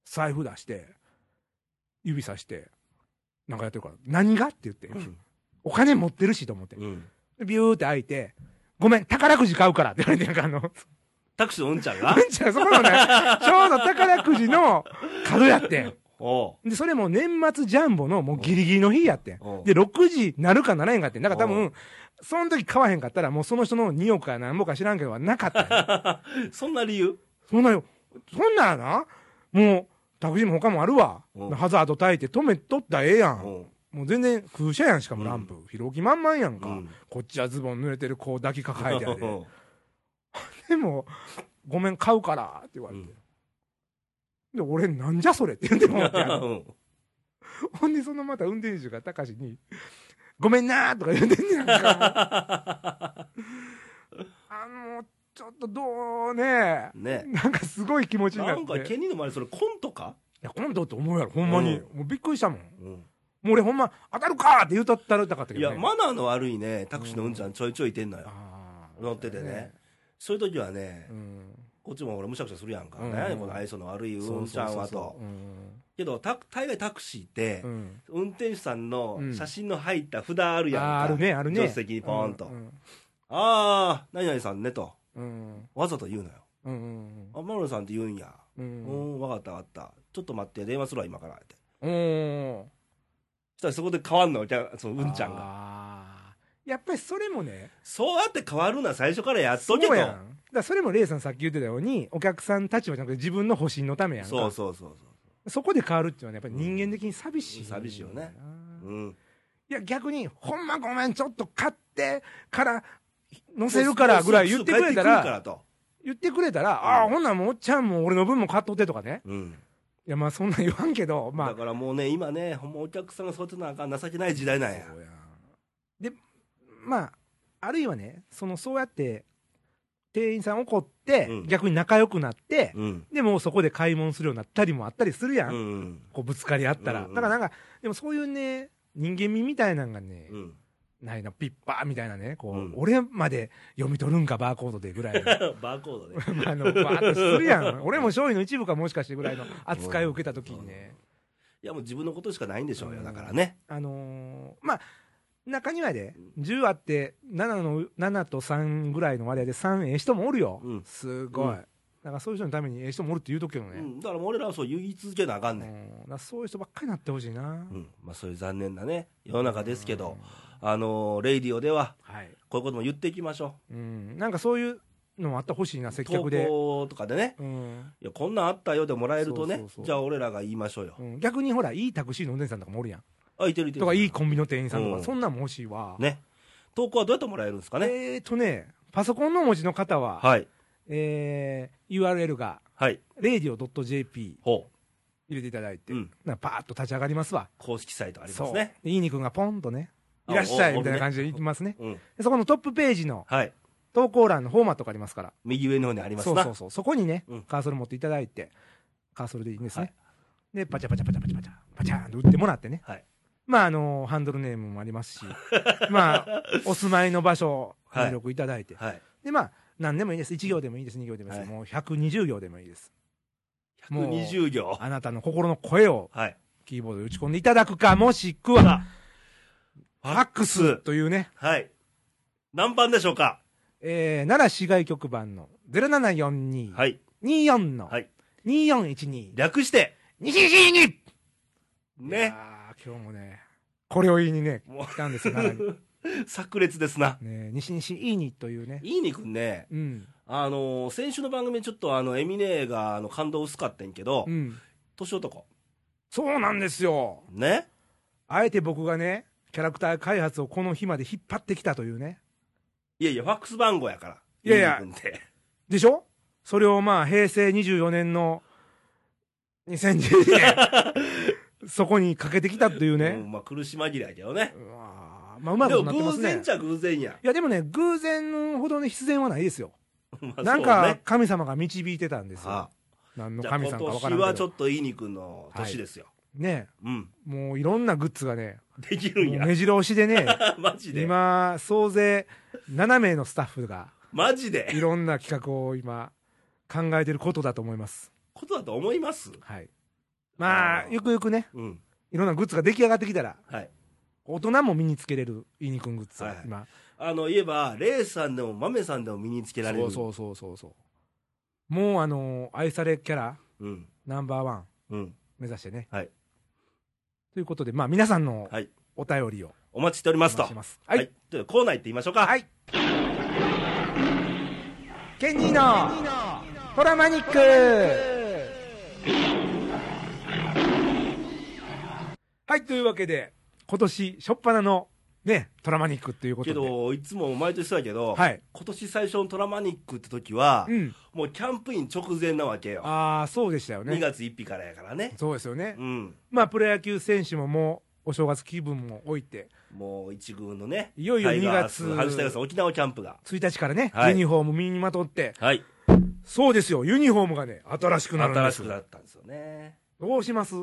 B: 財布出して、指さして、なんかやってるから、何がって言って
A: う、ん。
B: お金持ってるしと思って。
A: うん。
B: ビューって開いて、ごめん、宝くじ買うからって言われてんか、あの、
A: *laughs*
B: う
A: タクシーのうんちゃんが
B: んちゃん、そこのね、ちょうど宝くじの角やってん。
A: おう。
B: で、それも年末ジャンボのもうギリギリの日やってん
A: おう。
B: で、6時なるかならへんかってん。だから多
A: お
B: 分、その時買わへんかったら、もうその人の2億か何ぼか知らんけどはなかったんや。
A: そんな理由
B: そんなよ、そんならな、もう、タクシーも他もあるわ
A: お。
B: ハザード焚いて止めとったらええやん。
A: おう。
B: もう全然空車やん、しかもランプ。広き満々やんか。
A: うん
B: こっちはズボン濡れてる子抱きかかえてや
A: *laughs*
B: で。
A: おう
B: でも、ごめん、買うからって言われて。
A: うん
B: で、俺、なんじゃそれって言ってもらってあの。
A: うん
B: ほんで、そのまた運転手が高志に、ごめんなーとか言ってんねやんか。あの、ちょっとどうね、
A: ね
B: なんかすごい気持ちにな
A: な
B: って。
A: んか、ケニーの前でそれコントか
B: いや、今度って思うやろ、ほんまに。
A: う
B: もうびっくりしたもん。も
A: うん。
B: う俺、ほんま、当たるかーって言うたったらたかったけ
A: い
B: ど、
A: や、
B: ね。
A: マナーの悪いね、タクシーのうんちゃんちょいちょいいてんのよ。
B: あー
A: 乗っててね。そういう時はね
B: う、ん。
A: こっちも俺むしゃくしゃするやんか。
B: うん
A: 何やねんこの愛想の悪いうんちゃんは
B: そうそう
A: と
B: そう。そ
A: けど、た大概タクシーって
B: うう、ん。
A: 運転手さんの
B: うん
A: 写真の入った札ある
B: うん。
A: やん
B: あ
A: か。
B: ーあるね、あるね。
A: 助手席にポーンと。
B: うん
A: あー、何々さんねと。
B: うん。
A: わざと言うなよ。
B: うん。うん
A: あ、マロさんって言うんや。
B: う。
A: うん
B: うん。
A: ん、わかったわかった。ちょっと待って、電話するわ、今から。って。
B: おー
A: そしたらそこで変わんの、キャそのうんちゃんが。
B: あーやっぱりそれもね、
A: そうやって変わるな、最初からやっと
B: そう
A: けと。
B: やん。だからそれもレイさんさっき言ってたように、お客さんたちはじゃなくて自分の保身のためやんか。
A: そうそうそう
B: そこで変わるっていうのは、やっぱり人間的に寂しい、
A: うん寂しいよね。そう。うん。
B: いや、逆に、ほんまごめん、ちょっと買ってから、乗せるからぐらい言ってくれ
A: 帰って
B: た、
A: くるかららと。
B: 言ってくれたら、あ
A: う
B: あ、
A: ん
B: ほんならもうおっちゃんも俺の分も買っとってとかね。
A: うん。
B: いや、まあそんなん言わんけど、まあ
A: だ、からもうね、今ね、ほんまお客さんが育てなあかん情けない時代なんや
B: そ。うやんでまああるいはねそのそうやって店員さん怒って、
A: うん
B: 逆に仲良くなって、
A: うん。
B: でもうそこで買い物するようになったりもあったりするや、
A: うんん。
B: こうぶつかり合ったら、
A: うんうん
B: だからなんかでもそういうね人間味みたいなんがね、
A: うん。 *laughs*
B: ないなピッパーみたいなねこう、
A: うん
B: 俺まで読み取るんかバーコードでぐらい
A: *laughs*
B: の
A: バーコードで。
B: あのバーッとするやん俺も商品の一部かもしかしてぐらいの扱いを受けた時にね、
A: いやもう自分のことしかないんでしょう
B: う
A: よ、
B: ん
A: だからね。
B: あのーまあ、中にはね、10あって7の、7と3ぐらいの割合で3ええ人もおるよ。
A: うん
B: すごい。
A: うん
B: だからそういう人のためにええ人もおるって言うとくけど
A: う
B: ね。うん
A: ん、だからもう俺らはそう言い続けなあかんねん。
B: だからそういう人ばっかりなってほしいな
A: う。ん、まあそういう残念なね、世の中ですけど、あのーレイディオでは、
B: はい。
A: こういうことも言っていきましょ
B: うん。なんかそういうのもあってほしい
A: う。
B: な、接
A: 投
B: 客で。
A: 稿とかでね、
B: うん。
A: いや、こんなんあったよでもらえるとね、
B: そうそうそう
A: じゃあ俺らが言いましょうよ。
B: うん逆にほら、いいタクシーの運転手さんとかもおるやん。
A: あ、いてるいてる。
B: とか、いいコンビニの店員さんとか、
A: うん
B: そんなんも欲しいわ。
A: ね。投稿はどうやってもらえるんですかね。
B: えーとね、パソコンのお持ちの方は、
A: はい。
B: えー、URL が、
A: はい。
B: radio.jp
A: ほ
B: 入れていただいて、
A: う。うん。
B: なパーッと立ち上がりますわ。
A: 公式サイトありま
B: そ
A: す
B: う。
A: ね。
B: で、いいにくんがポンとね、
A: あ
B: いらっしゃい
A: お
B: みたいな感じで
A: お
B: 行きますね。
A: うん。
B: でそこのトップページの
A: はい。
B: 投稿欄のフォーマットがありますから。
A: 右上の方にあります
B: そう
A: な。
B: そうそう。そこにね、
A: うん
B: カーソル持っていただいて、カーソルでいいんですね。
A: はい
B: で、パチャパチャパチャパチャパチャ、パチャーンと打ってもらってね。
A: はい。
B: まあ、あのハンドルネームもありますし、まあ、お住まいの場所を入力いただいて。
A: はい。
B: で、まあ、何でもいいです。1行でもいいです。2行でもいいです。
A: はい
B: もう120行でもいいです。もう
A: 120行。
B: あなたの心の声を
A: はい。
B: キーボードで打ち込んでいただくか、もしくは、
A: フ
B: ファックスというね、
A: はい。何番でしょうか
B: えー、奈良市外局番の0742、
A: はい。
B: 24の、
A: はい。
B: 2412、
A: 略して、
B: 2412! い
A: ね。
B: やー今日もね、これを言いにね、
A: も
B: 来たんですよ、奈良に。
A: う、炸裂ですな。
B: ね、西西いいにというね。
A: いいにくんね、
B: うん。
A: あのー先週の番組でちょっとあの、エミネが、あの、感動薄かったんけど
B: う、ん。
A: 年男。
B: そうなんですよ。
A: ね。
B: あえて僕がね、キャラクター開発をこの日まで引っ張ってきたというね。
A: いやいや、ファックス番号やから。
B: いやいや
A: いいにくんって。
B: でしょそれをまあ、平成24年の2012年、
A: *laughs*
B: そこにかけてきたという
A: うん
B: ね。
A: まあ、苦し紛れやけどね。
B: うわーまあ、うま
A: で
B: く
A: も
B: なってま
A: 偶
B: すね
A: 然っ。ちゃ偶然や。 *laughs*
B: いや、でもね、偶然ほどね、必然はないですよ。
A: まあ
B: なん
A: そう
B: か
A: ね、
B: 神様が導いてたんです
A: は
B: よ。何の
A: じゃあ
B: 神
A: 今
B: 様かわか
A: 年
B: らんけ
A: は
B: ど。
A: ちょっといいにくんの年ですよ。
B: ね、
A: うん。 *laughs*
B: もういろんなグッズがね、
A: できるん
B: もう
A: や。
B: 目白押しでね、
A: *laughs* マジで。
B: 今、総勢7名のスタッフが、
A: マジで。
B: いろんな企画を今、考えてることだと思います。
A: ことだと思います
B: はい。まあ、
A: あー
B: ゆくゆくね、
A: うん。
B: いろんなグッズが出来上がってきたら、
A: はい。
B: 大人も身につけれる、いいにくんグッズを
A: はい
B: 今。
A: あの、言えば、レイさんでもマメさんでも身につけられ
B: そ
A: る。
B: うそうそうそうそう。もう、あのー愛されキャラ、
A: う。ん。
B: ナンバーワン、
A: うん。
B: 目指してね。
A: はい。
B: ということで、まあ、皆さんの
A: はい。
B: お便りを
A: お待ちしており
B: お
A: ますと。
B: 待ちしてます。はい。。
A: というコーナー行ってみましょうか。
B: はい。ケニーのトラマニックはい、というわけで、今年、初っ端の、ね、トラマニックというこ
A: け
B: とで。
A: ど、いつも毎年そうやけど、
B: はい
A: 今年最初のトラマニックって時は、
B: うん。
A: もうキャンプイン直前なわけよ。
B: ああ、そうでしたよ
A: 2
B: ね。
A: 月1日からやからね。
B: そうですよね。
A: うん。
B: まあ、プロ野球選手ももう、お正月気分も置いて、
A: もう一軍のね、
B: いよいよ
A: タイガース
B: 2月
A: 阪神タイガース沖縄キャンプが。
B: 1日からね、
A: はい
B: ユニフォーム身にまとって、
A: はい。
B: そうですよ、ユニフォームがね、新しくなるんで
A: 新し
B: す
A: く
B: よ。
A: なったんですよね。
B: どうします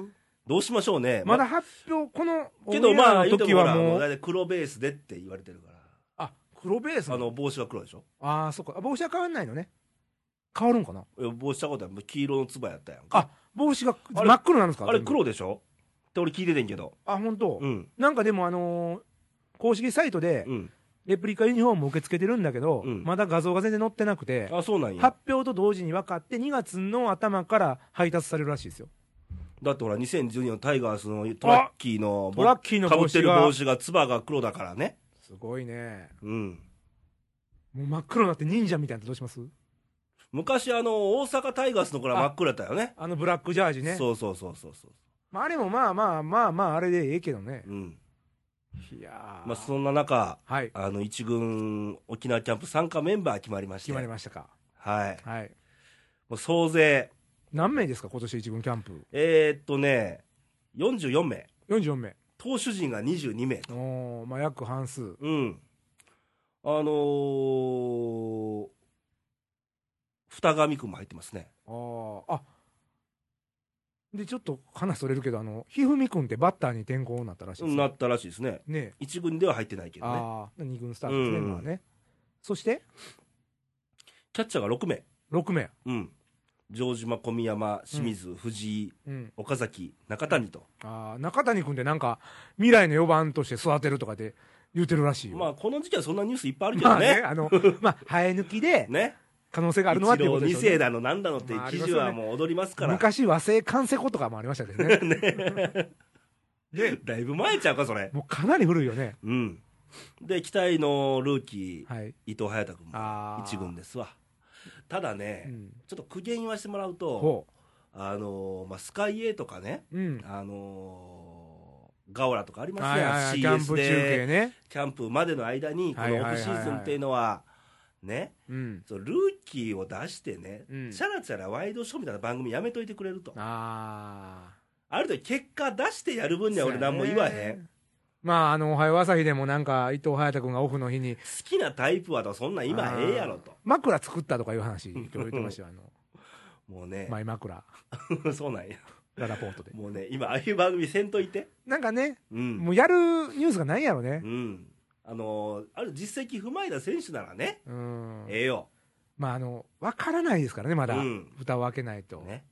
A: どうしましょうね。
B: まだ発表、この、
A: けどまあ、言うて
B: 時
A: もほ
B: は
A: らも
B: も
A: う
B: う、
A: 大体黒ベースでって言われてるから。
B: あ、黒ベース
A: あ
B: の。
A: の、帽子は黒でしょ
B: ああ、そっか。あ帽子は変わんないのね。変わるんかない
A: や帽子したことは黄色のつばやったやんか。
B: あ、帽子が
A: あれ
B: 真っ黒なんですか
A: あれ
B: 全部
A: 黒でしょって俺聞いててんけど。
B: あ、本当、
A: うん。
B: なんかでもあのー公式サイトで
A: う、ん。
B: レプリカユニフォームを受け付けてるんだけど、
A: うん
B: まだ画像が全然載ってなくて、
A: あ、そうなんや。
B: 発表と同時に分かって、2月の頭から配達されるらしいですよ。
A: だってほら、2012年のタイガースのトラッキーの、
B: トラッキーの
A: かぶ
B: 帽
A: って
B: 子
A: る帽
B: が。
A: 子がつばが黒だからね。
B: すごいね。
A: うん。
B: もう真っ黒になって忍者みたいなのどうします
A: 昔あの、大阪タイガースの頃は真っ黒やったよね。
B: あのブラックジャージね。
A: そうそうそうそうそ
B: まあ、あれもまあまあまあまあ、あれでええけどね。
A: う。うん。
B: いやー
A: まあ、そんな中、
B: はい。
A: あの、一軍沖縄キャンプ参加メンバー決まりまして。
B: 決まりましたか。
A: はい。
B: はい。
A: もう総勢、
B: 何名ですか、今年一軍キャンプ。
A: えー、っとね、44名、
B: 44名。
A: 投手陣が22名と。
B: おー、まあ、約半数。
A: うん。あのー、二神くんも入ってますね。
B: あーあ。で、ちょっと話それるけど、あの、ひふみくんってバッターに転向になったらしいです
A: な
B: よ。
A: ったらしいですね。
B: ね
A: 一軍では入ってないけどね。
B: ああ、二軍スタートですね、
A: うんうん
B: まあね。そして、
A: キャッチャーが6名。
B: 6名。
A: うん。城島、小宮山、清水、藤井、
B: うん。
A: 岡崎、中谷と。
B: ああ、中谷くんってなんか、未来の4番として育てるとかで言うてるらしいよ。
A: まあ、この時期はそんなニュースいっぱいあるけ
B: ま
A: ど
B: あ
A: ね。
B: ね、あの、まあ、生え抜きで
A: ね。
B: 可能性があ
A: 一
B: るのはっていうこ
A: 郎
B: とで
A: 二
B: すよ
A: 世
B: ね。
A: だのなんだのっていう
B: まああ
A: 記
B: ります
A: 事
B: よね
A: はもう踊りますから。
B: 昔、和製完成庫とかもありましたけどね。
A: *laughs* だいぶ前ちゃうか、それ。
B: もうかなり古いよね。
A: うん。で、期待のルーキー、
B: はい。
A: 伊藤隼太君も
B: ああ。
A: 一軍ですわ。ただね、
B: うん。
A: ちょっと苦言言わせてもらうと、
B: ほ
A: あのーまあ、スカイ A とかね、
B: う。うん。
A: あのーガオラとかあります
B: はい
A: やん、
B: はいはいキャ
A: CS
B: ンプ中継
A: で
B: ね。
A: キャンプまでの間に、こ
B: はいはい
A: のオ
B: はい
A: フ
B: はい
A: シーズンっていうのは、ね、
B: うん。
A: そのルーキーを出してね、
B: うん
A: チャラチャラワイドショーみたいな番組やめといてくれると、
B: あ
A: ある程度、結果出してやる
B: あ。
A: 分には俺、なんも言わへん、好。
B: まあ、あの、おはよう朝日でもなんか、伊藤隼太君がオフの日に、
A: きなタイプはと、そんなん今、ええやろと、
B: 枕作ったとかいう話、今日言ってましたよ。あの、
A: もうね、
B: マイ枕、
A: *laughs* そうなんや、
B: ララポートで。
A: もうね、今、ああいう番組せんといて、
B: なんかね、
A: うん、
B: もうやるニュースがないやろね
A: う。ん、あのーある実績踏まえた選手ならね、
B: うん。
A: ええよ、
B: まあ、あの、わからないですからね、まだ
A: う。ん
B: 蓋を開けないと。
A: ね、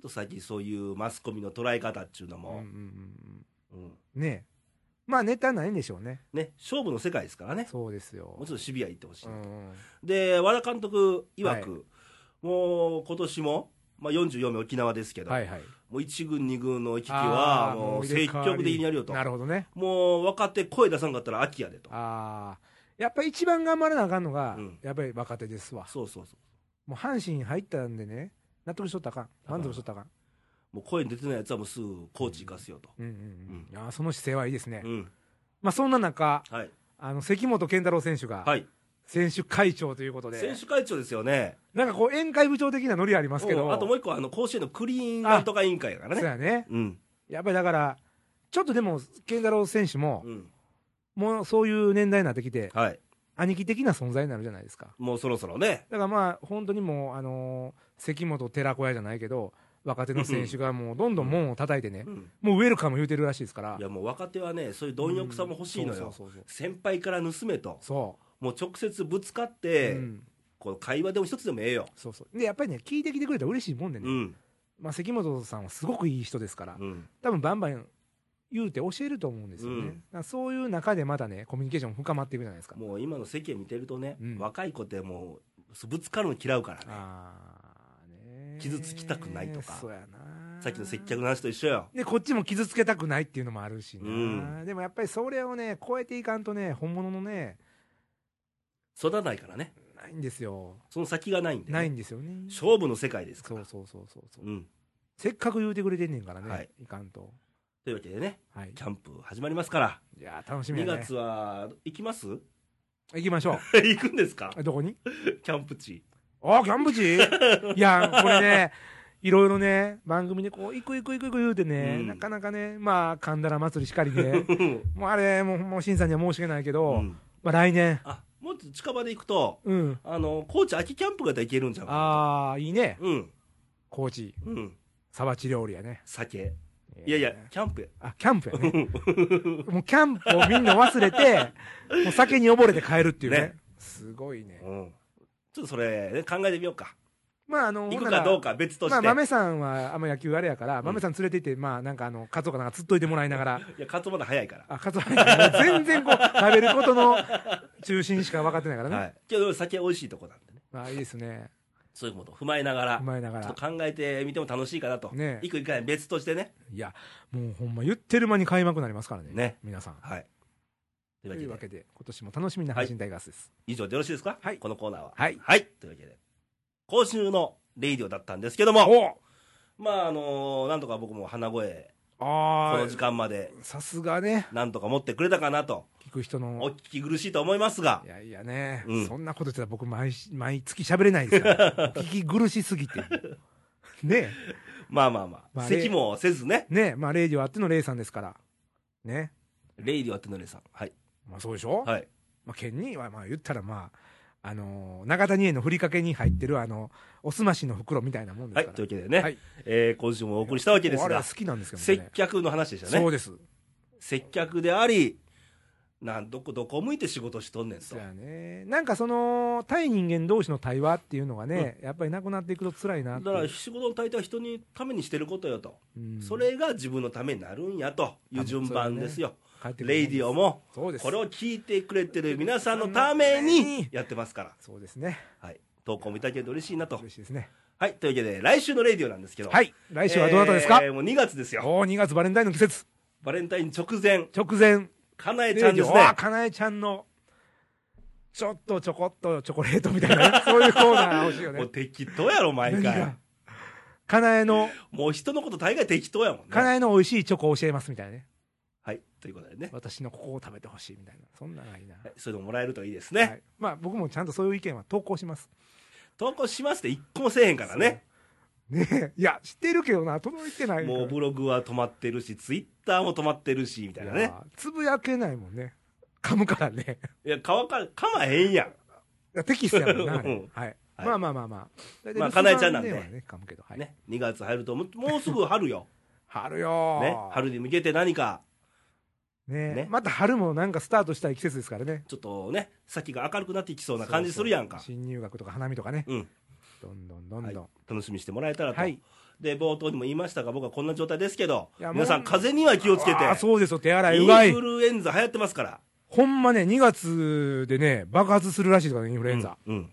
A: っと最近そういうマスコミの捉え方っていうの
B: うんうん
A: も、うん
B: うんねえまあネタないんでしょうね
A: ね、勝負の世界ですからね。
B: そうです
A: もう
B: よ
A: ちょっとシビアにいってほしい。
B: うん
A: で、和田監督曰く、
B: は
A: もう今年も、まあ、44名沖縄ですけど、
B: はいはい
A: もう1軍、2軍の行き来は、
B: あー
A: もう
B: 入れ
A: 積
B: 替わり
A: 極的にやるよと。
B: なるほどね
A: もう若手声出さんかったら秋やでと。
B: ああやっぱ一番頑張らなあかんのが、
A: うん
B: やっぱり若手ですわ
A: そうそうそ
B: もう阪神入ったんでね納得しとったらあかん満足しとったらあか
A: う。もう声に出てないやつはもうすぐコーチ行かすよと。
B: んうんうんうん、いやーその姿勢はいいですね、
A: うん。
B: まあそんな中
A: はい。
B: あの関本健太郎選手が
A: はい。
B: 選手会長ということで、
A: 選手会長ですよね。
B: なんかこう宴会部長的なノリありますけ
A: う
B: ど
A: んあともう一個、あの、甲子園のクリーンなんとか委員会やから
B: そう
A: ね。
B: やね
A: うん。
B: やっぱりだからちょっとでも健太郎選手も、
A: うん。
B: もうそういう年代になってきて
A: はい。
B: 兄貴的な存在になるじゃないですか
A: もうそろそろね。
B: だからまあ本当にもうあのー関本寺子屋じゃないけど若手の選手がもうどんどん門を叩いてね、
A: うん。
B: もうウェルカム言うてるらしいですから
A: いやもう若手はね、そういう貪欲さも欲しいのよ。
B: そうそうそうそう
A: 先輩から盗めと。
B: そ
A: もう直接ぶつかっ
B: う、
A: て、
B: うん
A: こう会話でも一つでもええよ。
B: そうそうでやっぱりね聞いてきてくれたら嬉しいもんでね、
A: うん。
B: まあ、関本さんはすごくいい人ですから、
A: うん。
B: 多分バンバン言うて教えると思うんですよね、
A: うん
B: だからそういう中でまたねコミュニケーション深まっていくじゃないですか
A: もう今の世間見てるとね、
B: うん
A: 若い子ってもう、ぶつかるの嫌うからね。
B: あーね
A: 傷つきたくないとか
B: そうやな
A: さっきの接客の話と一緒よ。
B: でこっちも傷つけたくないっていうのもあるしな、
A: う
B: でもやっぱりそれをね超えていかんとね本物のね
A: 育たないからね。
B: ないんですよ
A: その先がないんで、ね。
B: ないんですよね
A: 勝負の世界ですか
B: そ
A: ら。
B: うそうそうそうそう、
A: うん。
B: せっかく言うてくれてんねんからね、
A: はい
B: い、かんと
A: というわけでね、
B: はい
A: キャンプ始まりますから。
B: いやー楽しみ
A: 2
B: やね
A: 月は、行きます
B: *laughs* 行きましょ
A: 行くんですか
B: うどこに
A: キャンプ地。
B: あーキャンプ地いやこれねいろいろね番組でこう行く行く行く行く言うてね、
A: うん
B: なかなかねまあ神田ら祭りしかりね
A: *laughs* うん
B: もうあれもうもう新さんには申し訳ないけど、
A: うん
B: まあ来年
A: あ、もっと近場で行くと、
B: うん
A: あの、高知秋キャンプが行けるんじゃん。
B: ああいいね
A: うん。
B: 高知
A: うん。
B: サバチ料理やね
A: 酒。いやいや、キャンプや。
B: あ、キャンプ
A: *laughs*
B: やね。もうキャンプをみんな忘れて、もう酒に溺れて帰るっていうね。
A: ね
B: すごいね。
A: うん。ちょっとそれ、ね、考えてみようか。
B: まあ、あの、
A: 行
B: ほん
A: く
B: な
A: からどうか別として。
B: まあ、豆さんはあんま野球あれやから、
A: ん
B: 豆さん連れて行って、まあ、なんかあの、カツオかなんか釣っといてもらいながら、
A: いや、カツオまだ早いから。
B: あ、カツオ入ってない全然こう、食べることの中心しか分かってないからね。
A: はい。けど、酒美味しいとこなんでね。
B: まあ、いいですね。
A: そういうことを踏まえながら
B: 踏、まえなが
A: ちょっ
B: ら。
A: と考えてみても楽しいかなと。
B: ね
A: 行く行かない別としてね。
B: いや、もうほんま言ってる間に開幕になりますからね。
A: ね
B: 皆さん。
A: はい。と
B: と
A: い
B: いうう
A: わ
B: わ
A: けで、
B: けで、今年も楽しみな配信タイガースです。
A: 以上でよろしいですか
B: はい
A: このコーナーは。
B: はい。
A: はい。というわけで、今週のレイディオだったんですけども、
B: お
A: まあ、あのーなんとか僕も鼻声、こ
B: あ
A: の時
B: あ、
A: 間まで、
B: さすがね。
A: なんとか持ってくれたかなと、
B: 聞く人の
A: お聞き苦しいと思いますが
B: い、やいやね、
A: うん
B: そんなこと言ってたら僕毎し、毎月喋れないですよ。
A: *laughs*
B: 聞き苦しすぎて。ね
A: まあまあまあ、
B: まあ
A: 咳もせずね、
B: え、ねえ、まあ、レイディオあってのレイさんですから。ね。
A: レイディオやってのりさん。はい。
B: まあ、そうでしょ、
A: はい。
B: まあ、ケンニーは、まあ、言ったら、まあ、あのー中谷へのふりかけに入ってる、あの、おすましの袋みたいなもんで
A: は
B: す
A: い。
B: から。
A: というわけでね、
B: はい
A: えー今週もお送りしたわけです
B: あれ
A: が
B: は、好きなんですけ
A: 接
B: どね。
A: 客の話でしたね。
B: そうです。
A: 接客であり、なんどこ、どこ向いて仕事しとんねんと
B: そう。やね。なんかその、対人間同士の対話っていうのがね、やっぱりなくなっていくと辛いな
A: だ
B: ってい
A: か
B: う
A: ら仕事の大抵は人にためにしてることよと。
B: うん
A: それが自分のためになるんやという順番ですよ。
B: 帰ってくる
A: レイディオも、
B: そうです
A: これを聞いてくれてる皆さんのためにやってますから。
B: そうですね。
A: はい。投稿もいただけると嬉しいなと
B: 嬉。しいですね。
A: はい。というわけで、来週のレイディオなんですけど。
B: はい。来週はどなたですか、
A: えーもう2月ですよ。
B: おー、2月バレンタインの季節。
A: バレンタイン直前、
B: 直前。
A: かなえちゃんです
B: おー
A: ね。
B: かなえちゃんの、ちょっとちょこっとチョコレートみたいなね、 *laughs* そういうコーナー欲しいよ
A: もう
B: ね。
A: 適当やろ、毎
B: 何
A: 回
B: が。かなえの、
A: もう人のこと大概適当やもんね。
B: かなえの美味しいチョコを教えますみたいなね。
A: はい。ということでね。
B: 私のここを食べてほしいみたいな。そんなのがいいな。
A: はいそういうのもらえるといいです
B: は
A: ね。
B: い、まあ僕もちゃんとそういう意見は投稿します。
A: 投稿しますって一個もせえへんからね。
B: ねえいや、知ってるけどな、届いてないから
A: もうブログは止まってるし、ツイッターも止まってるし、みたいないね。
B: やつぶやけないもんね。噛むからね。
A: いや、かわか、かまへんやん。
B: いやテキストやもんな、あれ
A: うん
B: はい。
A: はい
B: まあまあまあまあ。
A: まあかなえちゃんなんで
B: 留守番電話ね、噛むけど。はい。
A: ね。2月入ると、もうもうすぐ春
B: *laughs*
A: よ。
B: 春よー
A: ね。春に向けて何か、
B: ね
A: ね
B: また春もなんかスタートしたい季節ですからね。
A: ちょっとね、先が明るくなっていきそうな感じするやんか。
B: そうそう新入学とか花見とかね。
A: うん。
B: どんどんどんどん。
A: 楽しみにしてもらえたらと。
B: はい
A: で、冒頭にも言いましたが、僕はこんな状態ですけど、
B: いやもう
A: 皆さん、風邪には気をつけて、
B: あーそうですよ、手洗い、
A: イ
B: う
A: ン
B: がい
A: フ。ルエンザ流行ってますから。
B: ほんまね、2月でね、爆発するらしいとからね、インフルエンザ。
A: うん。うん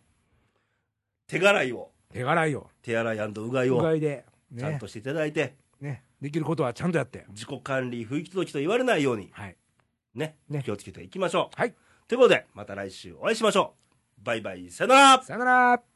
A: 手洗いを、
B: 手洗いよ。
A: 手洗いうがいう
B: が
A: を、
B: いで。ね、
A: ちゃんとしていただいて、
B: ね。できることはちゃんとやって。
A: 自己管理、不意気届きと言われないように、
B: はい。
A: ね、
B: ね
A: 気をつけていきましょう。
B: はい。
A: ということで、また来週お会いしましょう。バイバイ、さよなら
B: さよなら。